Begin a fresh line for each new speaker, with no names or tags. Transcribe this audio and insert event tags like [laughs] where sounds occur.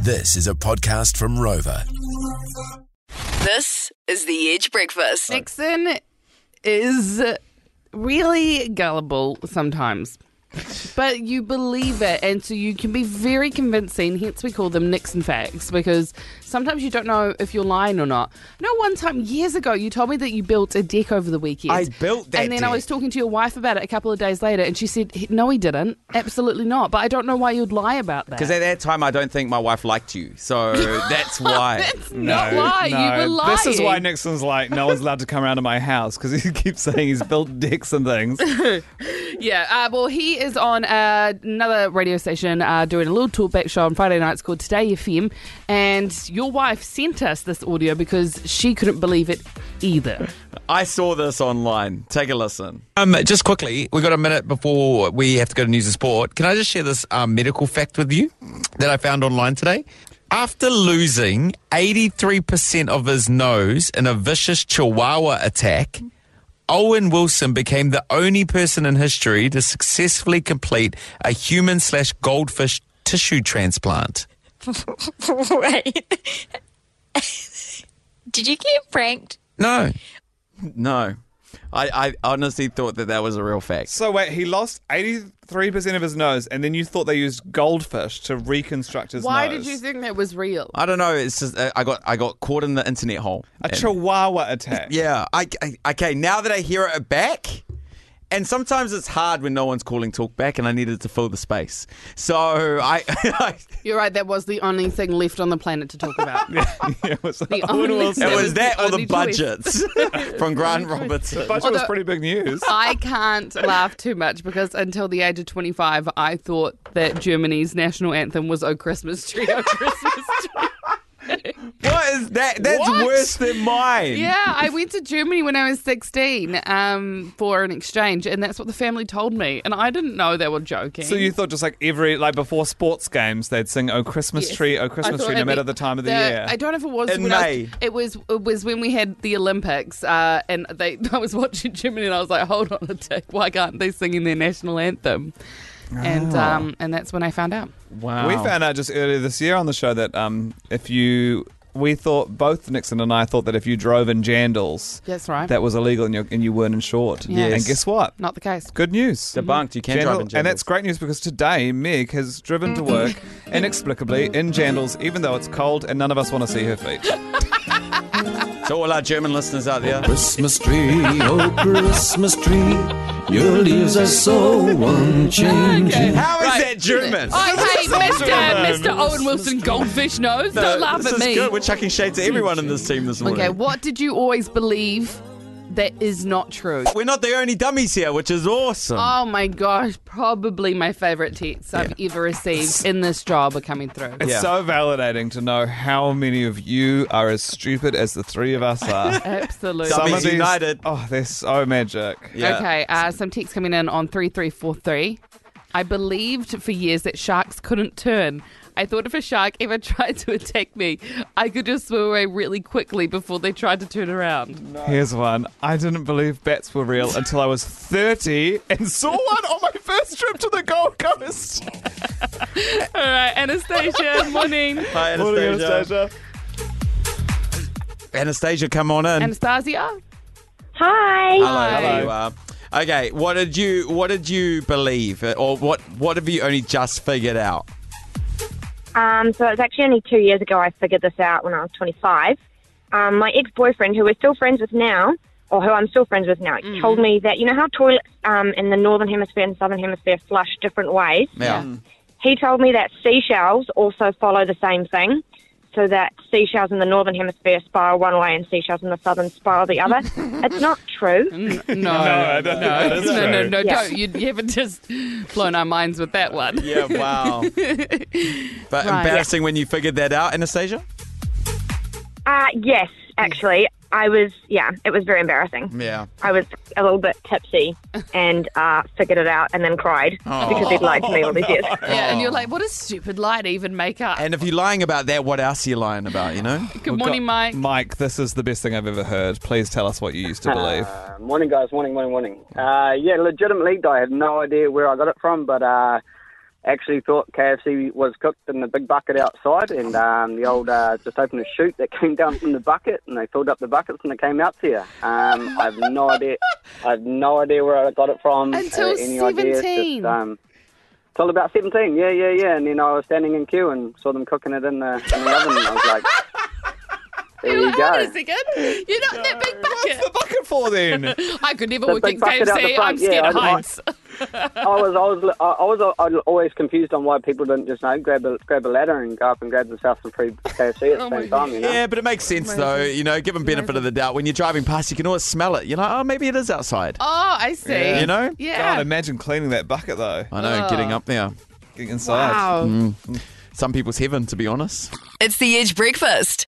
This is a podcast from Rover.
This is the Edge Breakfast.
Nixon is really gullible sometimes. But you believe it, and so you can be very convincing. Hence, we call them Nixon facts because sometimes you don't know if you're lying or not. I know one time years ago, you told me that you built a deck over the weekend.
I built that
and then I
deck.
was talking to your wife about it a couple of days later, and she said, "He- "No, he didn't. Absolutely not." But I don't know why you'd lie about that.
Because at that time, I don't think my wife liked you,
[laughs]
so that's why.
That's not why you were lying.
This is why Nixon's like, no one's allowed to come around to my house because he [laughs] keeps saying he's built dicks and things.
Yeah, uh, well, he is on uh, another radio station uh, doing a little talkback show on Friday nights called Today FM, and your wife sent us this audio because she couldn't believe it either.
I saw this online. Take a listen.
Um, just quickly, we've got a minute before we have to go to news and sport. Can I just share this um, medical fact with you that I found online today? After losing 83% of his nose in a vicious chihuahua attack, Owen Wilson became the only person in history to successfully complete a human slash goldfish tissue transplant.
Wait. Did you get pranked?
No.
No, I, I honestly thought that that was a real fact.
So wait, he lost 83% of his nose and then you thought they used goldfish to reconstruct his
Why
nose.
did you think that was real?
I don't know. It's just uh, I got I got caught in the internet hole.
A
And-
chihuahua attack. [laughs]
Yeah. I, I okay. Now that I hear it back, and sometimes it's hard when no one's calling talk back, and I needed to fill the space. So I, [laughs] I
You're right, that was the only thing left on the planet to talk about.
it was,
The only
it
the
was that or
only
the
choice.
budgets
[laughs]
from Grant Robertson.
budget
Although-
was pretty big news.
I can't laugh too much because until the age of 25, I thought that Germany's national anthem was Oh Christmas Tree, Oh Christmas Tree.
What is that? That's
What?
worse than mine.
Yeah, I went to Germany when I was 16 um, for an exchange, and that's what the family told me. And I didn't know they were joking.
So you thought just like every like before sports games they'd sing "Oh Christmas
Yes.
Tree, Oh
I
Christmas
thought
Tree" no
it'd
matter
be-
the time of the, year.
I don't know if it was
In
when I was-
May.
it was it was when we had the Olympics, uh, and they [laughs] I was watching Germany, and I was like, hold on a tick, why can't they sing in their national anthem? And
Oh.
um, and that's when I found out.
Wow.
We found out just earlier this year on the show that um, if you, we thought both Nixon and I thought that if you drove in jandals,
That's right.
that was illegal and you and you weren't insured.
Yes.
And guess what?
Not the
[laughs]
case.
Good news.
Debunked. You can
Jandal-
drive in
and that's great news because today Meg has driven
[laughs]
to work inexplicably in jandals, even though it's cold and none of us want to see her feet.
To all our German listeners out there,
Christmas tree, oh Christmas tree, your leaves are so unchanging.
how is that German?
Oh, hey, Mr. Mr.
German.
Owen Wilson Goldfish knows. Don't laugh
this
at
is
me.
good. We're chucking shade to everyone in this team this morning.
Okay, what did you always believe that is not true?
We're not the only dummies here, which is awesome.
Oh my gosh, probably my favorite text I've ever received in this job are coming through.
It's
Yeah.
so validating to know how many of you are as stupid as the three of us are.
Absolutely.
[laughs] Some Dummies of united.
Oh, they're so magic.
yeah.
Okay, uh, some texts coming in on 3343. I believed for years that sharks couldn't turn. I thought if a shark ever [laughs] tried to attack me, I could just swim away really quickly before they tried to turn around.
Here's one. I didn't believe bats were real until I was 30 and saw one on my first trip to the Gold Coast.
All right, Anastasia, [laughs] morning.
Hi,
Morning,
Anastasia.
Anastasia.
Anastasia, come on in.
Anastasia?
Hi.
Hello,
Hi.
hello. Uh, okay, what did you what did you believe, uh, or what what have you only just figured out?
Um, so it was actually only two years ago I figured this out when I was 25. Um, my ex-boyfriend, who we're still friends with now, or who I'm still friends with now, told me that you know how toilets um, in the northern hemisphere and southern hemisphere flush different ways.
Yeah. Mm.
He told me that seashells also follow the same thing. So that seashells in the northern hemisphere spiral one way and seashells in the southern spiral the other. it's not true.
No, no,
[laughs] don't think that is
no, no,
true.
no,
Yeah.
don't. You, you haven't just blown our minds with that one.
Yeah.
[laughs]
Wow. but
Right.
embarrassing when you figured that out, Anastasia.
Uh, yes, actually, I was. Yeah, it was very embarrassing.
Yeah.
I was a little bit tipsy and uh, figured it out and then cried
Oh.
because he'd lied to me all these years.
Yeah, and you're like, what does stupid lie to even make up?
And if you're lying about that, what else are you lying about?
[laughs]
You know.
Good morning, Mike.
Mike, this is the best thing I've ever heard. Please tell us what you used to believe.
[laughs] Uh, morning, guys. Morning, morning, morning. Uh, yeah, legitimately, I have no idea where I got it from, but uh, Actually, thought KFC was cooked in the big bucket outside, and um, the old uh, just opened a chute that [laughs] came down from the bucket, and they filled up the buckets, and it came out here. Um, I have no idea. I have no idea where I got it from.
Until
uh, any idea. It's
17.
Just, um, till about seventeen. Yeah, yeah, yeah. And then I was standing in queue and saw them cooking it in the, in the oven. And I was like, "There you go."
Wait a second. You're not in that big
What's the
bucket.
bucket for then?
I could never
The
work
big
at
bucket out the
KFC. I'm
front, yeah,
scared of
I- I-
heights.
I was, I was, I was, I was always confused on why people didn't just you know grab a grab a ladder and go up and grab themselves some free KFC at the same time. You know,
Yeah, but it makes sense though. You know, give them benefit of the doubt. When you're driving past, you can always smell it. You're like, oh, maybe it is outside.
Oh, I see.
You know?
[laughs] Yeah.
God, imagine cleaning that bucket though.
I know, getting up there.
Getting inside.
wow.
Some people's heaven, to be honest.
It's the Edge Breakfast.